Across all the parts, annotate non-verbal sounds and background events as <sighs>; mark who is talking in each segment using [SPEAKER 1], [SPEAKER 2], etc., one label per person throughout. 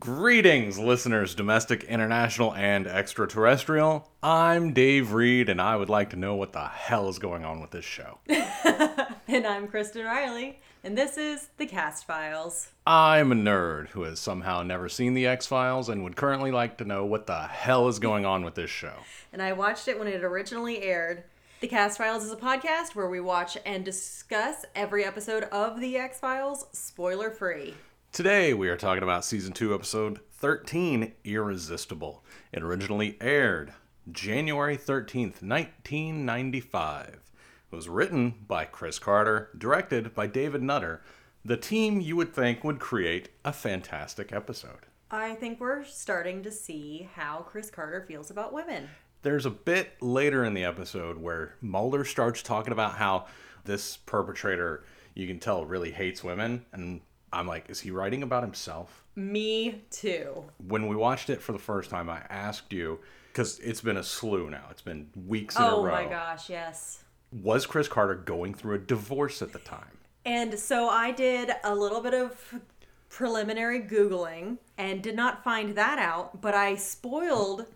[SPEAKER 1] Greetings, listeners, domestic, international, and extraterrestrial. I'm Dave Reed, and I would like to know what the hell is going on with this show.
[SPEAKER 2] And I'm Kristen Riley, and this is The Cast Files.
[SPEAKER 1] I'm a nerd who has somehow never seen The X Files and would currently like to know what the hell is going on with this show.
[SPEAKER 2] And I watched it when it originally aired. The Cast Files is a podcast where we watch and discuss every episode of The X Files, spoiler free.
[SPEAKER 1] Today, we are talking about season 2, episode 13 Irresistible. It originally aired January 13th, 1995. It was written by Chris Carter, directed by David Nutter, the team you would think would create a fantastic episode.
[SPEAKER 2] I think we're starting to see how Chris Carter feels about women.
[SPEAKER 1] There's a bit later in the episode where Mulder starts talking about how this perpetrator, you can tell, really hates women. And I'm like, is he writing about himself?
[SPEAKER 2] Me too.
[SPEAKER 1] when we watched it for the first time, I asked you because it's been a slew now. It's been weeks in a
[SPEAKER 2] oh
[SPEAKER 1] row.
[SPEAKER 2] my gosh, yes.
[SPEAKER 1] Was Chris Carter going through a divorce at the time?
[SPEAKER 2] And so I did a little bit of preliminary Googling and did not find that out, but I spoiled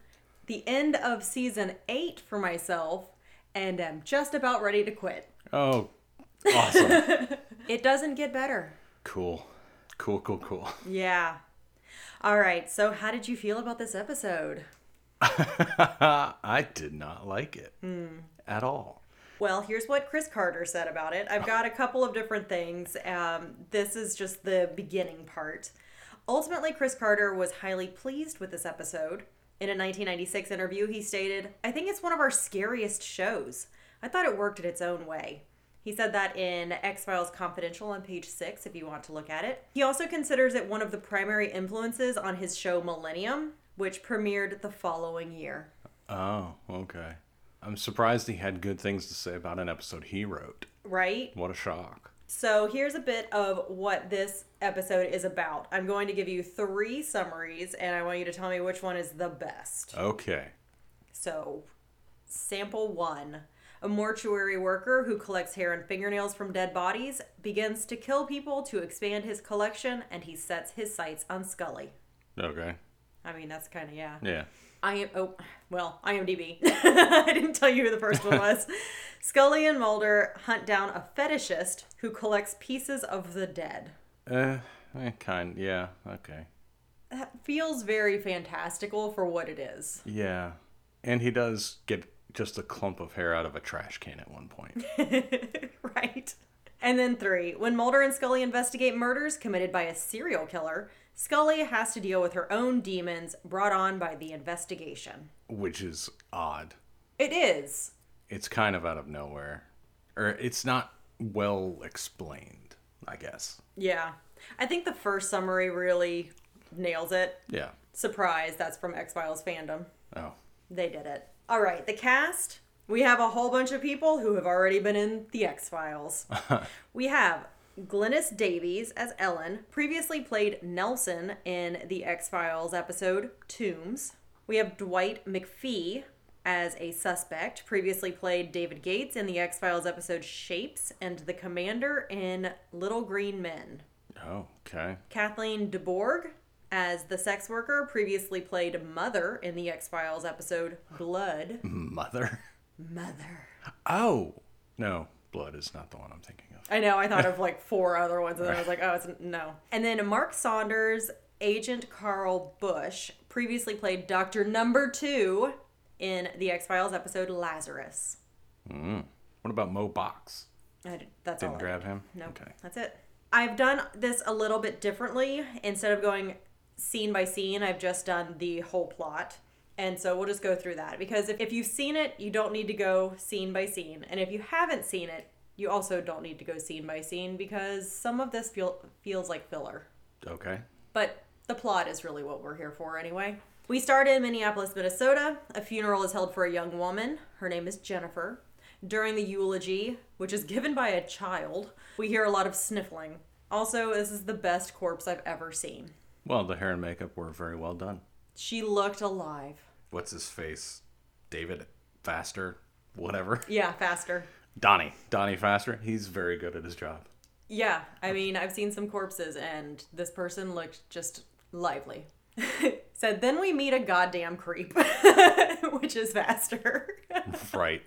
[SPEAKER 2] the end of season eight for myself and am just about ready to quit.
[SPEAKER 1] Oh,
[SPEAKER 2] <laughs>
[SPEAKER 1] awesome!
[SPEAKER 2] It doesn't get better.
[SPEAKER 1] cool, cool, cool, cool.
[SPEAKER 2] Yeah. All right, so how did you feel about this episode?
[SPEAKER 1] Uh, I did not like it
[SPEAKER 2] Hmm.
[SPEAKER 1] at all.
[SPEAKER 2] Well, here's what Chris Carter said about it. I've got a couple of different things. Um, this is just the beginning part. Ultimately, Chris Carter was highly pleased with this episode. In a 1996 interview, he stated, I think it's one of our scariest shows. I thought it worked in its own way. He said that in X Files Confidential on page six, if you want to look at it. He also considers it one of the primary influences on his show Millennium, which premiered the following year.
[SPEAKER 1] Oh, okay. I'm surprised he had good things to say about an episode he wrote.
[SPEAKER 2] Right?
[SPEAKER 1] What a shock!
[SPEAKER 2] So here's a bit of what this episode is about. I'm going to give you three summaries and I want you to tell me which one is the best.
[SPEAKER 1] Okay.
[SPEAKER 2] So, sample one a mortuary worker who collects hair and fingernails from dead bodies begins to kill people to expand his collection and he sets his sights on Scully.
[SPEAKER 1] Okay.
[SPEAKER 2] I mean, that's kind of, yeah.
[SPEAKER 1] Yeah.
[SPEAKER 2] I am. Oh, well, IMDb. <laughs> I didn't tell you who the first one was. Scully and Mulder hunt down a fetishist who collects pieces of the dead.
[SPEAKER 1] Uh, eh, kind. Yeah. Okay.
[SPEAKER 2] That feels very fantastical for what it is.
[SPEAKER 1] Yeah. And he does get just a clump of hair out of a trash can at one point.
[SPEAKER 2] <laughs> right. And then three, when Mulder and Scully investigate murders committed by a serial killer, Scully has to deal with her own demons brought on by the investigation.
[SPEAKER 1] which is odd.
[SPEAKER 2] It is.
[SPEAKER 1] It's kind of out of nowhere, or it's not well explained, I guess.
[SPEAKER 2] Yeah. I think the first summary really nails it.
[SPEAKER 1] Yeah.
[SPEAKER 2] Surprise, that's from X Files fandom.
[SPEAKER 1] Oh,
[SPEAKER 2] They did it. All right, the cast. We have a whole bunch of people who have already been in The X Files. we have Glynis Davies as Ellen, previously played Nelson in The X Files episode Tombs. We have Dwight McPhee as a suspect, previously played David Gates in The X Files episode Shapes and the Commander in Little Green Men.
[SPEAKER 1] oh, okay. <laughs>
[SPEAKER 2] Kathleen DeBorg as the sex worker, previously played Mother in the X Files episode Blood.
[SPEAKER 1] Mother.
[SPEAKER 2] Mother.
[SPEAKER 1] Oh, no, blood is not the one I'm thinking of.
[SPEAKER 2] I know, I thought of like four other ones, and then I was like, oh, it's no. And then Mark Saunders, Agent Carl Bush, previously played Dr. Number Two in the X Files episode Lazarus.
[SPEAKER 1] What about Mo Box?
[SPEAKER 2] I, that's all.
[SPEAKER 1] Didn't
[SPEAKER 2] I-
[SPEAKER 1] grab him?
[SPEAKER 2] No,
[SPEAKER 1] Okay.
[SPEAKER 2] that's it. I've done this a little bit differently. Instead of going scene by scene, I've just done the whole plot. And so we'll just go through that because if, if you've seen it, you don't need to go scene by scene. And if you haven't seen it, you also don't need to go scene by scene because some of this feel, feels like filler.
[SPEAKER 1] Okay.
[SPEAKER 2] But the plot is really what we're here for anyway. We start in Minneapolis, Minnesota. A funeral is held for a young woman. Her name is Jennifer. During the eulogy, which is <laughs> given by a child, we hear a lot of sniffling. Also, this is the best corpse I've ever seen.
[SPEAKER 1] Well, the hair and makeup were very well done.
[SPEAKER 2] She looked alive.
[SPEAKER 1] What's his face? David Faster? Whatever.
[SPEAKER 2] Yeah, faster.
[SPEAKER 1] Donnie. Donnie Faster. He's very good at his job.
[SPEAKER 2] Yeah, I mean, I've seen some corpses and this person looked just lively. <laughs> said, then we meet a goddamn creep, <laughs> which is faster. <laughs>
[SPEAKER 1] right.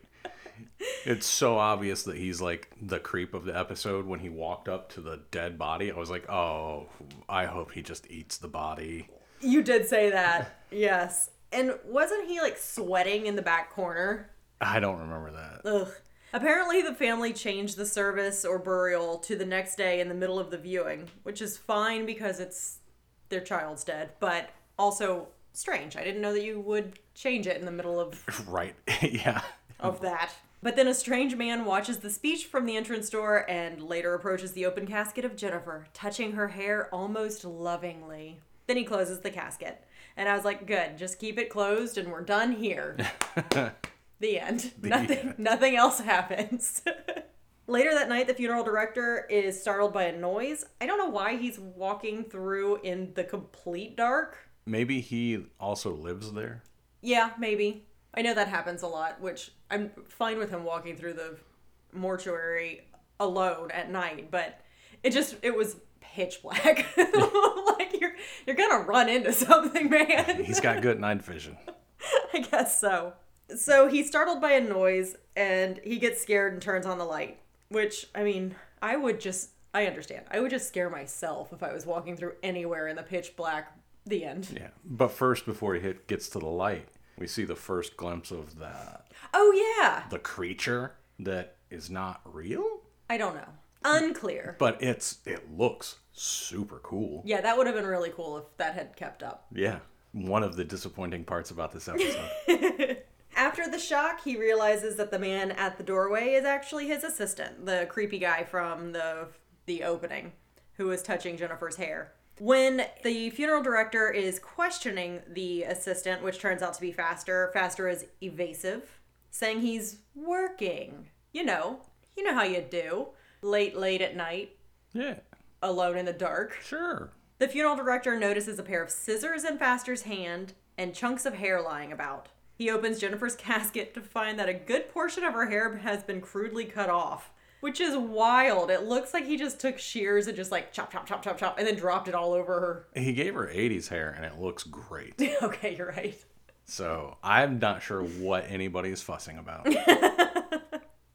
[SPEAKER 1] It's so obvious that he's like the creep of the episode when he walked up to the dead body. I was like, oh, I hope he just eats the body.
[SPEAKER 2] you did say that. Yes. And wasn't he like sweating in the back corner?
[SPEAKER 1] I don't remember that.
[SPEAKER 2] Ugh. Apparently, the family changed the service or burial to the next day in the middle of the viewing, which is fine because it's their child's dead, but also strange. I didn't know that you would change it in the middle of,
[SPEAKER 1] Right. <laughs> yeah.
[SPEAKER 2] of that. But then a strange man watches the speech from the entrance door and later approaches the open casket of Jennifer, touching her hair almost lovingly. Then he closes the casket. And I was like, good, just keep it closed and we're done here. The end. nothing
[SPEAKER 1] end.
[SPEAKER 2] nothing else happens. <laughs> Later that night, the funeral director is startled by a noise. I don't know why he's walking through in the complete dark.
[SPEAKER 1] Maybe he also lives there.
[SPEAKER 2] Yeah, maybe. I know that happens a lot, which I'm fine with him walking through the mortuary alone at night, but it just it was pitch black. <laughs> like you're you're gonna run into something, man. <laughs>
[SPEAKER 1] He's got good night vision.
[SPEAKER 2] I guess so. So he's startled by a noise and he gets scared and turns on the light, which, I mean, I would just, I understand. I would just scare myself if I was walking through anywhere in the pitch black. The end.
[SPEAKER 1] Yeah. But first, before he hit, gets to the light, we see the first glimpse of the,
[SPEAKER 2] Oh, yeah.
[SPEAKER 1] the creature that is not real,
[SPEAKER 2] I don't know. Unclear.
[SPEAKER 1] but it's it looks super cool.
[SPEAKER 2] Yeah, that would have been really cool if that had kept up.
[SPEAKER 1] Yeah. One of the disappointing parts about this episode.
[SPEAKER 2] After the shock, he realizes that the man at the doorway is actually his assistant, the creepy guy from the the opening, who was touching Jennifer's hair. When the funeral director is questioning the assistant, which turns out to be Faster, Faster is evasive, saying he's working. You know, you know how you do. Late, late at night,
[SPEAKER 1] <laughs> yeah.
[SPEAKER 2] alone in the dark.
[SPEAKER 1] Sure.
[SPEAKER 2] The funeral director notices a pair of scissors in Faster's hand and chunks of hair lying about. He opens Jennifer's <laughs> casket to find that a good portion of her hair has been crudely cut off, which is wild. It looks like he just took shears and just like chop, chop, chop, chop, chop, and then dropped it all over
[SPEAKER 1] He gave her 80s hair and it looks great.
[SPEAKER 2] her. <laughs> okay, you're right.
[SPEAKER 1] So I'm not sure what anybody's fussing <laughs> about.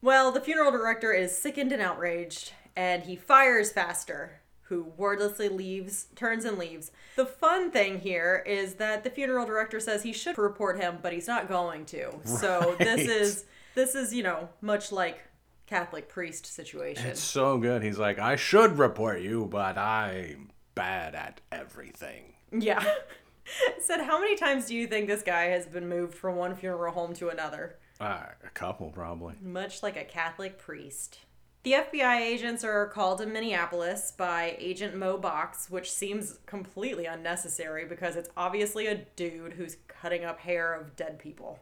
[SPEAKER 2] Well, the funeral director is sickened and outraged, and he fires Faster, who wordlessly leaves, turns and leaves. The fun thing here is that the funeral director says he should report him, but he's not going to. So this
[SPEAKER 1] Right.
[SPEAKER 2] is this is, you know, much like Catholic priest situation.
[SPEAKER 1] It's so good. He's like, I should report you, but I'm bad at everything.
[SPEAKER 2] yeah. <laughs> Said, how many times do you think this guy has been moved from one funeral home to another?
[SPEAKER 1] Uh, a couple, probably.
[SPEAKER 2] much like a Catholic priest. The FBI agents are called to Minneapolis by Agent Mo Box, which seems completely unnecessary because it's obviously a dude who's cutting up hair of dead people.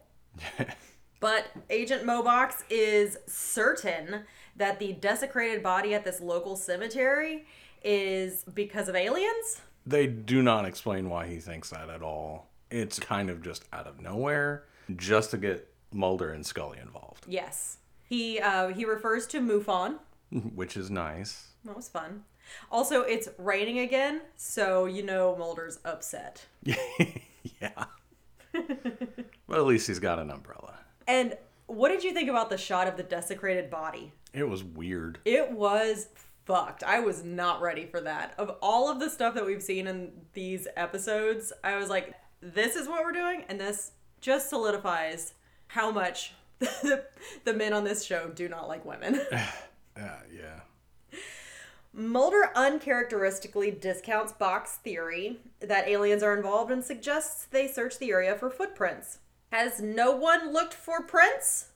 [SPEAKER 2] but Agent Mo Box is certain that the desecrated body at this local cemetery is because of aliens.
[SPEAKER 1] They do not explain why he thinks that at all. It's kind of just out of nowhere, just to get Mulder and Scully involved,
[SPEAKER 2] Yes. He uh, he refers to MUFON,
[SPEAKER 1] which is nice.
[SPEAKER 2] That was fun. Also, it's raining again, so you know Mulder's upset.
[SPEAKER 1] <laughs> yeah. but at least he's got an umbrella.
[SPEAKER 2] And what did you think about the shot of the desecrated body?
[SPEAKER 1] It was weird.
[SPEAKER 2] It was fucked. I was not ready for that. Of all of the stuff that we've seen in these episodes, I was like, this is what we're doing, and this just solidifies how much <laughs> the, the men on this show do not like women.
[SPEAKER 1] Uh, yeah.
[SPEAKER 2] Mulder uncharacteristically discounts Bach's theory that aliens are involved and suggests they search the area for footprints. Has no one looked for prints?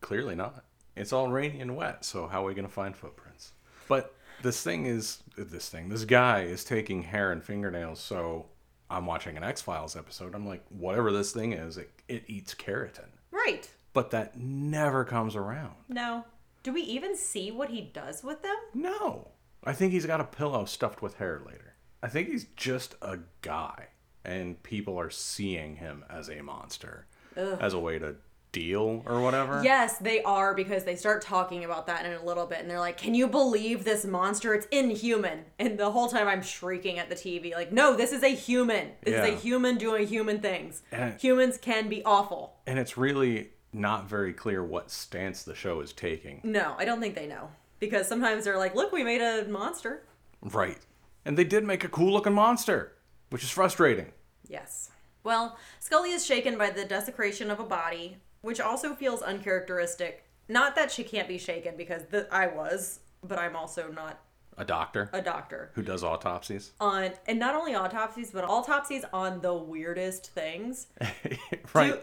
[SPEAKER 1] Clearly not. It's all rainy and wet, so how are we going to find footprints? But this thing is this thing. This guy is taking hair and fingernails, so I'm watching an X Files episode. I'm like, whatever this thing is, it, it eats keratin.
[SPEAKER 2] Right.
[SPEAKER 1] But that never comes around.
[SPEAKER 2] No. Do we even see what he does with them?
[SPEAKER 1] No. I think he's got a pillow stuffed with hair later. I think he's just a guy, and people are seeing him as a monster, as a way to deal or whatever?
[SPEAKER 2] Yes, they are because they start talking about that in a little bit and they're like, Can you believe this monster? It's inhuman. And the whole time I'm shrieking at the TV, like, No, this is a human. This is
[SPEAKER 1] Yeah.
[SPEAKER 2] a human doing human things.
[SPEAKER 1] And-
[SPEAKER 2] Humans can be awful.
[SPEAKER 1] And it's really not very clear what stance the show is taking.
[SPEAKER 2] No, I don't think they know because sometimes they're like, Look, we made a monster.
[SPEAKER 1] Right. And they did make a cool looking monster, which is frustrating.
[SPEAKER 2] Yes. Well, Scully is shaken by the desecration of a body, which also feels uncharacteristic. Not that she can't be shaken because the, I was, but I'm also not
[SPEAKER 1] A doctor
[SPEAKER 2] a doctor.
[SPEAKER 1] who does autopsies.
[SPEAKER 2] On and not only autopsies, but autopsies on the weirdest things.
[SPEAKER 1] <laughs> right.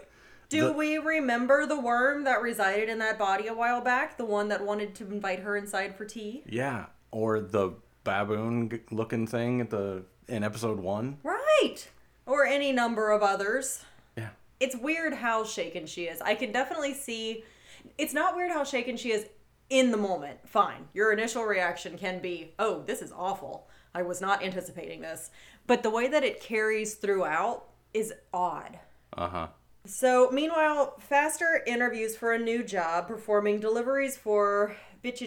[SPEAKER 2] Do, do
[SPEAKER 1] The-
[SPEAKER 2] we remember the worm that resided in that body a while back? The one that wanted to invite her inside for tea?
[SPEAKER 1] yeah. Or the baboon g- looking thing at the in episode one.
[SPEAKER 2] Right. Or any number of others.
[SPEAKER 1] Yeah.
[SPEAKER 2] it's weird how shaken she is. I can definitely see it's not weird how shaken she is in the moment. Fine. Your initial reaction can be, "Oh, this is awful. I was not anticipating this." But the way that it carries throughout is odd.
[SPEAKER 1] Uh huh.
[SPEAKER 2] So, meanwhile, Faster interviews for a new job performing deliveries for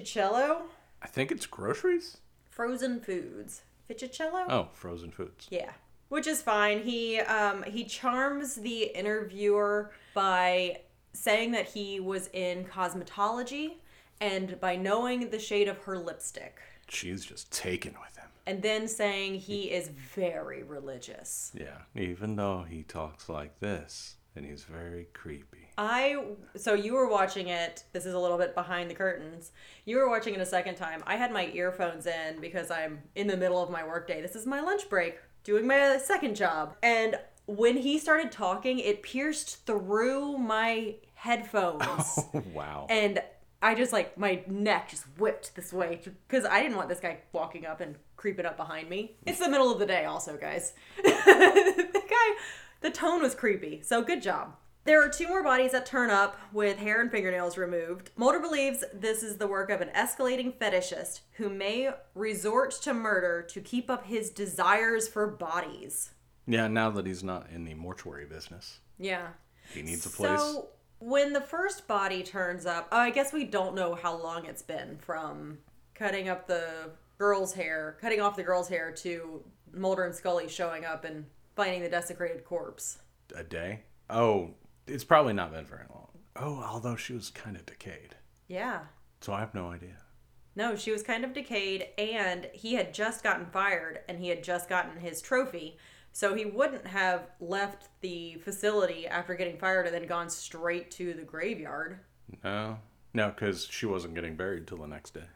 [SPEAKER 2] Viticello
[SPEAKER 1] I think it's groceries.
[SPEAKER 2] Frozen Foods. Viticello?
[SPEAKER 1] Oh, frozen foods.
[SPEAKER 2] Yeah, which is fine. He um, he charms the interviewer by saying that he was in cosmetology and by knowing the shade of her lipstick,
[SPEAKER 1] She's just taken with him.
[SPEAKER 2] and then saying he is very religious.
[SPEAKER 1] Yeah. Even though he talks like this and he's very creepy.
[SPEAKER 2] I so you were watching it. This is a little bit behind the curtains. You were watching it a second time. I had my earphones in because I'm in the middle of my workday. This is my lunch break, doing my second job. And when he started talking, it pierced through my headphones.
[SPEAKER 1] <laughs> wow.
[SPEAKER 2] And I just like my neck just whipped this way because I didn't want this guy walking up and creeping up behind me. It's the middle of the day, also, guys. <laughs> the guy, the tone was creepy, so good job. There are two more bodies that turn up with hair and fingernails removed. Mulder believes this is the work of an escalating fetishist who may resort to murder to keep up his desires for bodies.
[SPEAKER 1] Yeah, now that he's not in the mortuary business,
[SPEAKER 2] Yeah.
[SPEAKER 1] he needs a place.
[SPEAKER 2] So when the first body turns up, oh, I guess we don't know how long it's been from cutting up the girl's hair, cutting off the girl's hair to Mulder and Scully showing up and finding the desecrated corpse.
[SPEAKER 1] a day? Oh, it's probably not been very long. Oh, although she was kind of decayed.
[SPEAKER 2] Yeah.
[SPEAKER 1] So I have no idea.
[SPEAKER 2] No, she was kind of decayed and he had just gotten fired and he had just gotten his trophy. So he wouldn't have left the facility after getting fired and then gone straight to the graveyard.
[SPEAKER 1] No. No, because she wasn't getting buried till the next day.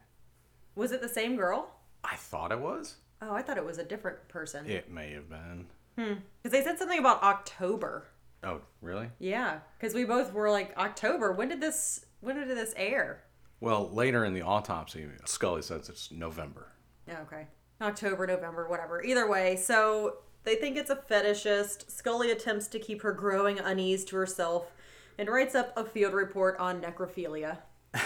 [SPEAKER 2] Was it the same girl?
[SPEAKER 1] I thought it was.
[SPEAKER 2] Oh, I thought it was a different person.
[SPEAKER 1] It may have been.
[SPEAKER 2] Because they said something about October.
[SPEAKER 1] Oh, really?
[SPEAKER 2] Yeah, because we both were like, October. When did this? When did this air?
[SPEAKER 1] Well, later in the autopsy, Scully says it's November.
[SPEAKER 2] Oh, okay, October, November, whatever. Either way, so they think it's a fetishist. Scully attempts to keep her growing unease to herself, and writes up a field report on necrophilia.
[SPEAKER 1] <laughs>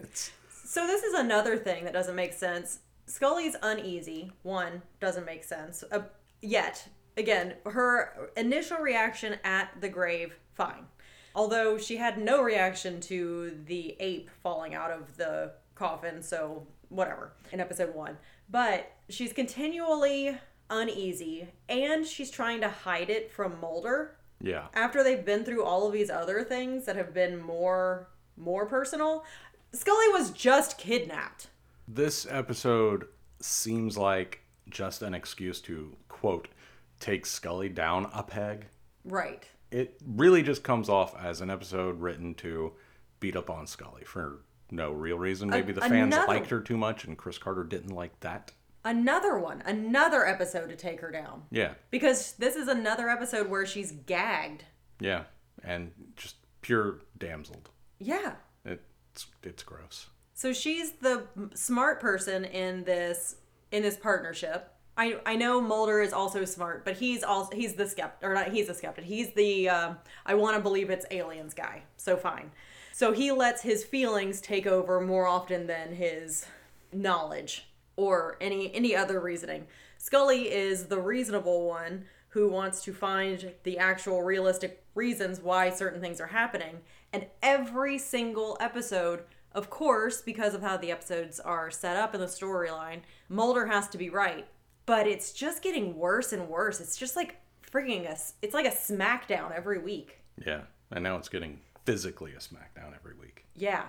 [SPEAKER 1] It's
[SPEAKER 2] So this is another thing that doesn't make sense. Scully's uneasy. One doesn't make sense uh, yet. Again, her initial reaction at the grave, fine. Although she had no reaction to the ape falling out of the coffin, so whatever in episode one. But she's continually uneasy and she's trying to hide it from Mulder
[SPEAKER 1] yeah.
[SPEAKER 2] after they've been through all of these other things that have been more more personal scully was just kidnapped
[SPEAKER 1] This episode seems like just an excuse to quote take Scully down a peg.
[SPEAKER 2] right
[SPEAKER 1] it really just comes off as an episode written to beat up on Scully for no real reason. Maybe the fans
[SPEAKER 2] another-
[SPEAKER 1] liked her too much and Chris Carter didn't like that.
[SPEAKER 2] another one another episode to take her down
[SPEAKER 1] Yeah,
[SPEAKER 2] because this is another episode where she's gagged
[SPEAKER 1] yeah, and just pure damseled.
[SPEAKER 2] yeah
[SPEAKER 1] It's it's gross.
[SPEAKER 2] so she's the smart person in this in this partnership I, I know Mulder is also smart, but he's also he's the skeptic or not he's a skeptic. He's the um, I want to believe it's aliens guy. So fine. So he lets his feelings take over more often than his knowledge or any any other reasoning. Scully is the reasonable one who wants to find the actual realistic reasons why certain things are happening. And every single episode, of course, because of how the episodes are set up in the storyline, Mulder has to be right. But it's just getting worse and worse. It's just like freaking us. It's like a smackdown every week.
[SPEAKER 1] Yeah. And now it's getting physically a smackdown every week.
[SPEAKER 2] Yeah,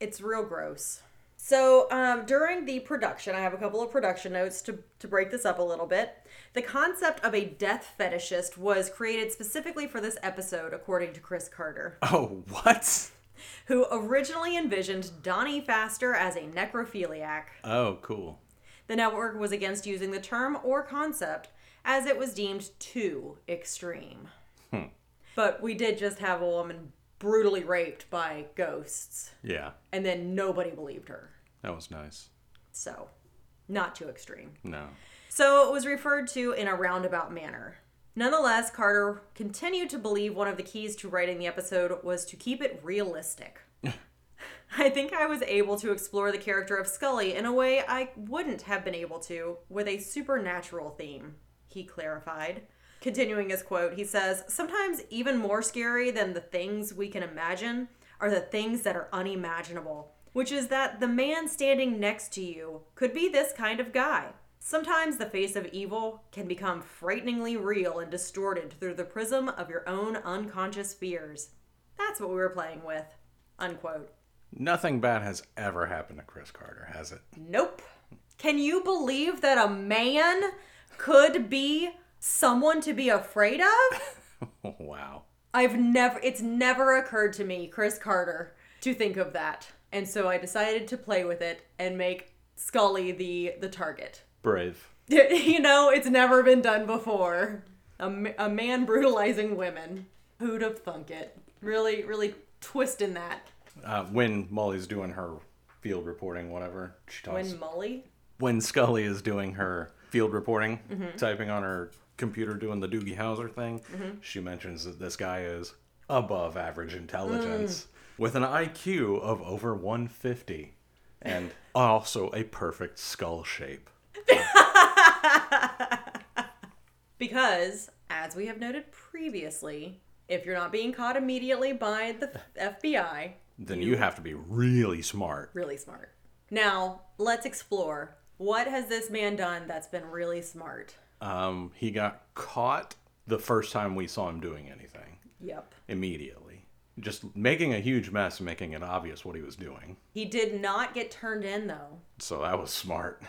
[SPEAKER 2] it's real gross. So um, during the production, I have a couple of production notes to, to break this up a little bit. The concept of a death fetishist was created specifically for this episode, according to Chris Carter,
[SPEAKER 1] Oh, what?
[SPEAKER 2] who originally envisioned Donnie Faster as a necrophiliac.
[SPEAKER 1] Oh, cool.
[SPEAKER 2] The network was against using the term or concept as it was deemed too extreme. But we did just have a woman brutally raped by ghosts,
[SPEAKER 1] Yeah.
[SPEAKER 2] and then nobody believed her.
[SPEAKER 1] That was nice.
[SPEAKER 2] So, not too extreme.
[SPEAKER 1] No.
[SPEAKER 2] So, it was referred to in a roundabout manner. Nonetheless, Carter continued to believe one of the keys to writing the episode was to keep it realistic. I think I was able to explore the character of Scully in a way I wouldn't have been able to with a supernatural theme, he clarified. Continuing his quote, he says, Sometimes even more scary than the things we can imagine are the things that are unimaginable, which is that the man standing next to you could be this kind of guy. Sometimes the face of evil can become frighteningly real and distorted through the prism of your own unconscious fears. That's what we were playing with. Unquote.
[SPEAKER 1] Nothing bad has ever happened to Chris Carter, has it? <laughs>
[SPEAKER 2] Nope. Can you believe that a man could be someone to be afraid of?
[SPEAKER 1] wow.
[SPEAKER 2] I've never, it's never occurred to me, Chris Carter, to think of that. And so I decided to play with it and make Scully the, the target. <laughs>
[SPEAKER 1] Brave.
[SPEAKER 2] you know, it's never been done before. A, m- a man brutalizing women. Who'd have thunk it? Really, really twisting that.
[SPEAKER 1] Uh, when Molly's doing her field reporting, whatever, she talks.
[SPEAKER 2] When Molly?
[SPEAKER 1] when Scully is doing her field reporting, typing on her computer, doing the Doogie Howser thing, she mentions that this guy is above average intelligence with an IQ of over 150 and also a perfect skull shape.
[SPEAKER 2] Because, as we have noted previously, if you're not being caught immediately by the FBI,
[SPEAKER 1] Then you have to be really smart.
[SPEAKER 2] really smart. Now, let's explore. What has this man done that's been really smart?
[SPEAKER 1] Um, he got caught the first time we saw him doing anything
[SPEAKER 2] Yep.
[SPEAKER 1] immediately. Just making a huge mess, and making it obvious what he was doing.
[SPEAKER 2] He did not get turned in, though.
[SPEAKER 1] So that was smart.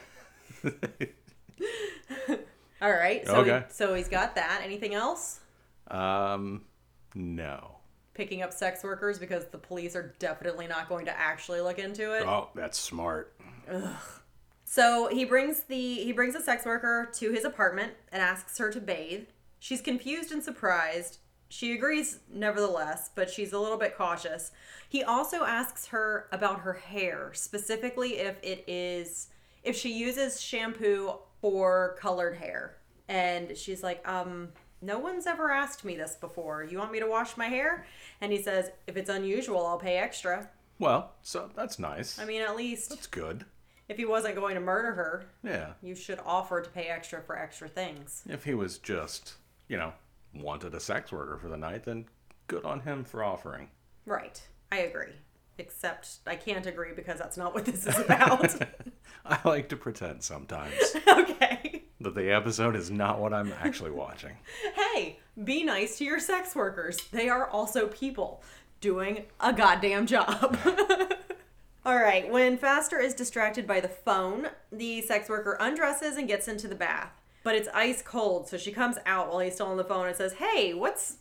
[SPEAKER 2] All right. So
[SPEAKER 1] Okay.
[SPEAKER 2] He, so he's got that. Anything else?
[SPEAKER 1] Um, no.
[SPEAKER 2] Picking up sex workers because the police are definitely not going to actually look into it.
[SPEAKER 1] Oh, that's smart.
[SPEAKER 2] So he brings the he brings a sex worker to his apartment and asks her to bathe. She's confused and surprised. She agrees nevertheless, but she's a little bit cautious. He also asks her about her hair, specifically if it is if she uses shampoo for colored hair. And she's like, "Um, no one's ever asked me this before. You want me to wash my hair?" And he says, "If it's unusual, I'll pay extra."
[SPEAKER 1] Well, so that's nice.
[SPEAKER 2] I mean, at least
[SPEAKER 1] that's good.
[SPEAKER 2] if he wasn't going to murder her,
[SPEAKER 1] Yeah.
[SPEAKER 2] you should offer to pay extra for extra things.
[SPEAKER 1] If he was just, you know, wanted a sex worker for the night, then good on him for offering. <laughs>
[SPEAKER 2] Right. I agree. Except I can't agree because that's not what this is about. <laughs>
[SPEAKER 1] I like to pretend sometimes
[SPEAKER 2] okay.
[SPEAKER 1] that the episode is not what I'm actually watching.
[SPEAKER 2] Hey, be nice to your sex workers. They are also people doing a goddamn job. <laughs> All right, when Faster is distracted by the phone, the sex worker undresses and gets into the bath. But it's ice cold, so she comes out while he's still on the phone and says, "Hey, what's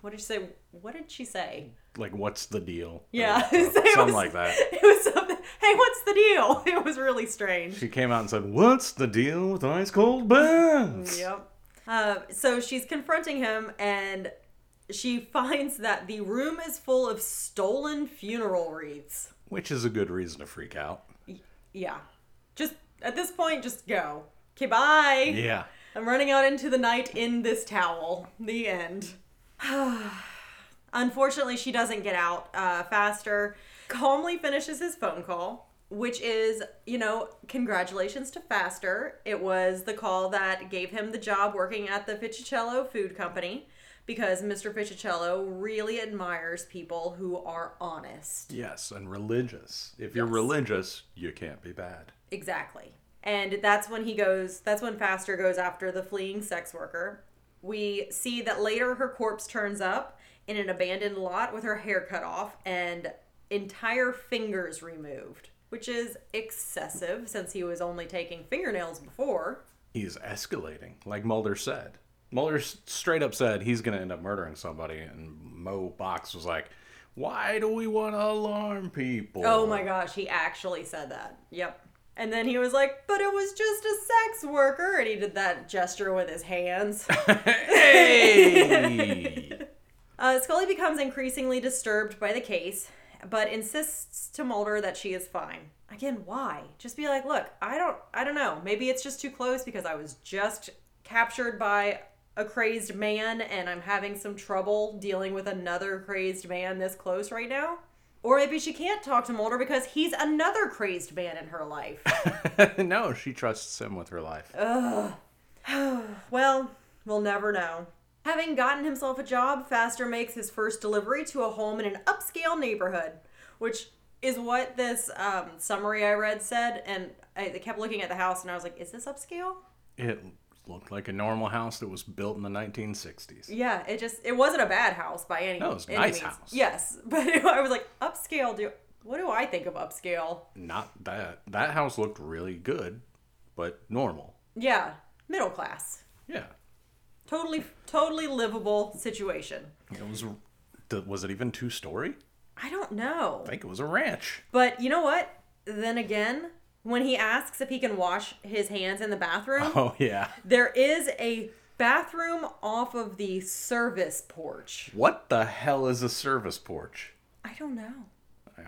[SPEAKER 2] what did she say? What did she say?"
[SPEAKER 1] Like, what's the deal?
[SPEAKER 2] <laughs> Yeah,
[SPEAKER 1] Or
[SPEAKER 2] so it
[SPEAKER 1] something
[SPEAKER 2] was-
[SPEAKER 1] like that.
[SPEAKER 2] <laughs> It was something. Hey, what's the deal? <laughs> It was really strange.
[SPEAKER 1] She came out and said, "What's the deal with ice cold baths?"
[SPEAKER 2] Yep. Uh, so she's confronting him, and she <laughs> finds that the room is full of stolen funeral wreaths.
[SPEAKER 1] Which is a good reason to freak out.
[SPEAKER 2] Yeah. Just at this point, just go. Okay, bye.
[SPEAKER 1] Yeah.
[SPEAKER 2] I'm running out into the night in this towel. The end. <sighs> Unfortunately, she doesn't get out uh, faster. Calmly finishes his phone call, which is, you know, congratulations to Faster. It was the call that gave him the job working at the Ficcicello Food Company because Mr. Ficcicello really admires people who are honest.
[SPEAKER 1] Yes, and religious. If you're
[SPEAKER 2] Yes.
[SPEAKER 1] religious, you can't be bad.
[SPEAKER 2] Exactly. And that's when he goes, that's when Faster goes after the fleeing sex worker. We see that later her corpse turns up in an abandoned lot with her hair cut off and entire fingers removed, which is excessive since he was only taking fingernails before.
[SPEAKER 1] He's escalating, like Mulder said. Mulder s- straight up said he's going to end up murdering somebody, and Mo Box was like, Why do we want to alarm people?
[SPEAKER 2] Oh my gosh, he actually said that. Yep. And then he was like, but it was just a sex worker. And he did that gesture with his hands. <laughs>
[SPEAKER 1] Hey! <laughs>
[SPEAKER 2] Uh, Scully becomes increasingly disturbed by the case, but insists to Mulder that she is fine. Again, why? Just be like, look, I don't, I don't know. Maybe it's just too close because I was just captured by a crazed man, and I'm having some trouble dealing with another crazed man this close right now. Or maybe she can't talk to Mulder because he's another crazed man in her life.
[SPEAKER 1] no, she trusts him with her life.
[SPEAKER 2] Well, we'll never know. Having gotten himself a job, Faster makes his first delivery to a home in an upscale neighborhood, which is what this um, summary I read said. And I kept looking at the house and I was like, is this upscale?
[SPEAKER 1] it looked like a normal house that was built in the 1960s.
[SPEAKER 2] Yeah, it just, it wasn't a bad house by any
[SPEAKER 1] No, it was a
[SPEAKER 2] any
[SPEAKER 1] nice
[SPEAKER 2] means.
[SPEAKER 1] house.
[SPEAKER 2] Yes, <laughs> but I was like, upscale, do, what do I think of upscale?
[SPEAKER 1] Not that. That house looked really good, but normal.
[SPEAKER 2] Yeah, middle class.
[SPEAKER 1] Yeah.
[SPEAKER 2] Totally, totally livable situation.
[SPEAKER 1] It was. th- Was it even two story?
[SPEAKER 2] I don't know.
[SPEAKER 1] I think it was a ranch.
[SPEAKER 2] But you know what? Then again, when he asks if he can wash his hands in
[SPEAKER 1] <laughs>
[SPEAKER 2] the bathroom,
[SPEAKER 1] <laughs> Oh, yeah.
[SPEAKER 2] there is a bathroom off of the service porch.
[SPEAKER 1] What the hell is a service porch?
[SPEAKER 2] I don't know.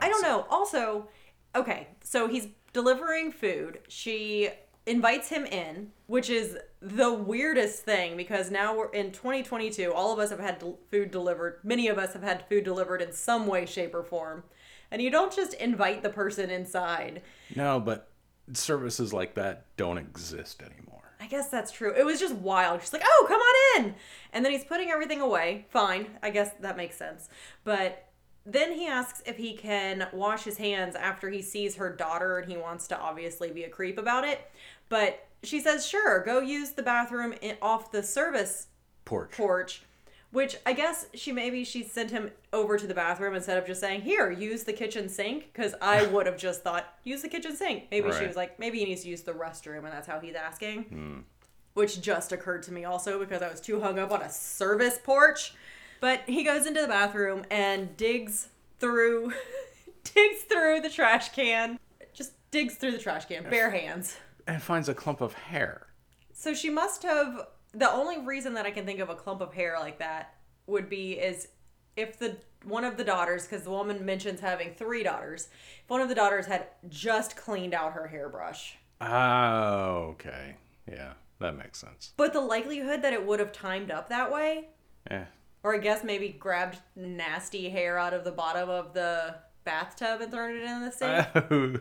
[SPEAKER 2] I don't know. Also, okay, so he's delivering food. She invites him in, which is the weirdest thing because now we're in 2022. All of us have had del- food delivered. Many of us have had food delivered in some way, shape, or form. And you don't just invite the person inside.
[SPEAKER 1] No, but services like that don't exist anymore.
[SPEAKER 2] I guess that's true. It was just wild. She's like, "Oh, come on in," and then he's putting everything away. Fine, I guess that makes sense. But then he asks if he can wash his hands after he sees her daughter, and he wants to obviously be a creep about it. But she says, "Sure, go use the bathroom in- off the service
[SPEAKER 1] Porch.
[SPEAKER 2] porch." Which I guess she maybe she sent him over to the bathroom instead of just saying, "Here, use the kitchen sink," because I would have just thought, "Use the kitchen sink." Maybe she
[SPEAKER 1] Right.
[SPEAKER 2] was like, "Maybe he needs to use the restroom," and that's how he's asking which just occurred to me also because I was too hung up on a service porch. But he goes into the bathroom and digs through <laughs> digs through the trash can. Just digs through the trash can, bare hands.
[SPEAKER 1] And finds a clump of hair.
[SPEAKER 2] So she must have the only reason that I can think of a clump of hair like that would be is if the one of the daughters cuz the woman mentions having 3 daughters. If one of the daughters had just cleaned out her hairbrush.
[SPEAKER 1] Oh, okay. Yeah, that makes sense.
[SPEAKER 2] But the likelihood that it would have timed up that way
[SPEAKER 1] Eh.
[SPEAKER 2] Or I guess maybe grabbed nasty hair out of the bottom of the bathtub and thrown it in the sink.